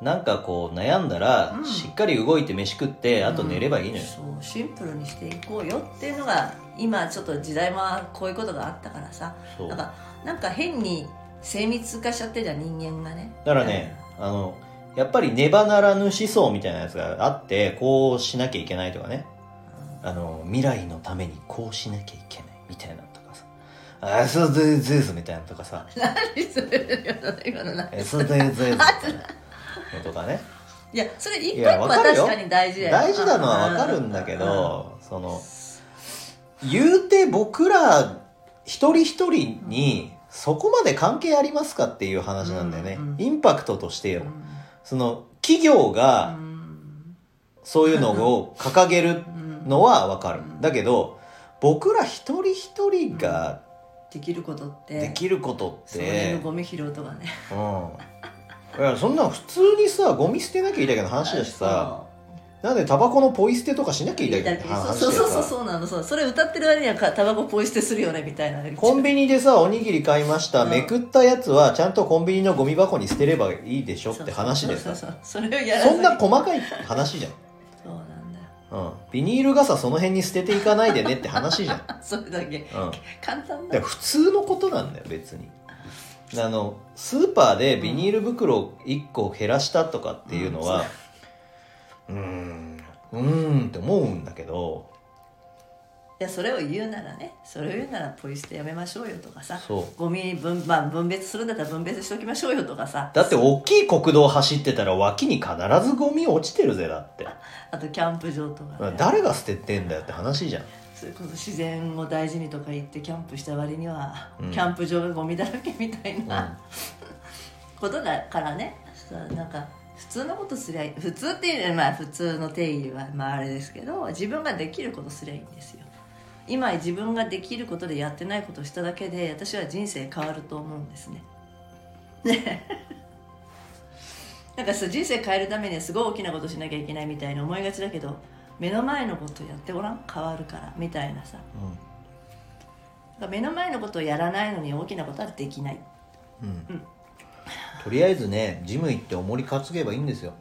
なんかこう悩んだら、うんしっかり動いて飯食ってあと寝ればいいのよ、そうシンプルにしていこうよっていうのが今ちょっと時代もこういうことがあったからさそうなんだかかなんか変に精密化しちゃってるじゃん人間がねら ね、あのやっぱりねばならぬ思想みたいなやつがあってこうしなきゃいけないとかねあの未来のためにこうしなきゃいけないみたいなのとかさ SDGs みたいなのとかさ何それ今の な SDGs みたい なのとかねいやそれ一個い一や個はわかる確よかに大事だよ大事なのはわかるんだけど、その、言うて僕ら一人一人にそこまで関係ありますかっていう話なんだよねうんう。んインパクトとしてうんよ。その、企業うがんそういうのを掲げるうんのはわかるう。んだけど、僕ら一人一人ができることってできることっそれての、ゴミ拾うとかねうん。いや、そんなの普通にさ、ゴミ捨てなきゃいいだけの話だしさ、なんでタバコのポイ捨てとかしなきゃいいだけの話だしそうそうそうさ。そうなのそうそれ歌ってる割にはかタバコポイ捨てするよねみたいなコンビニでさおにぎり買いました、うんめくったやつはちゃんとコンビニのゴミ箱に捨てればいいでしょって話でそうさそそうそうそうそれをやらずにんな細かい話じゃん、そうなんだようん、ビニール傘その辺に捨てていかないでねって話 じゃん、あそれだけうん、簡単だからだ普通のことなんだよ別にあのスーパーでビニール袋を1個減らしたとかっていうのはうーんうーんって思うんだけどいやそれを言うならねそれを言うならポイ捨てやめましょうよとかさそうゴミ分,、まあ、分別するんだったら分別しておきましょうよとかさだって大きい国道走ってたら脇に必ずゴミ落ちてるぜだってあとキャンプ場とか、うんね、誰が捨ててんだよって話じゃんそれこそ自然を大事にとか言ってキャンプした割には、うんキャンプ場がゴミだらけみたいな、ことだからねそうなんか普通のことすりゃいい普通っていうのはまあ普通の定義はまああれですけど自分ができることすりゃいいんですよ今自分ができることでやってないことをしただけで私は人生変わると思うんですねねなんかそう人生変えるためにはすごい大きなことしなきゃいけないみたいに思いがちだけど目の前のことやってごらん変わるからみたいなさだから目の前のことをやらないのに大きなことはできないうんうんとりあえずねジム行って重り担げばいいんですよ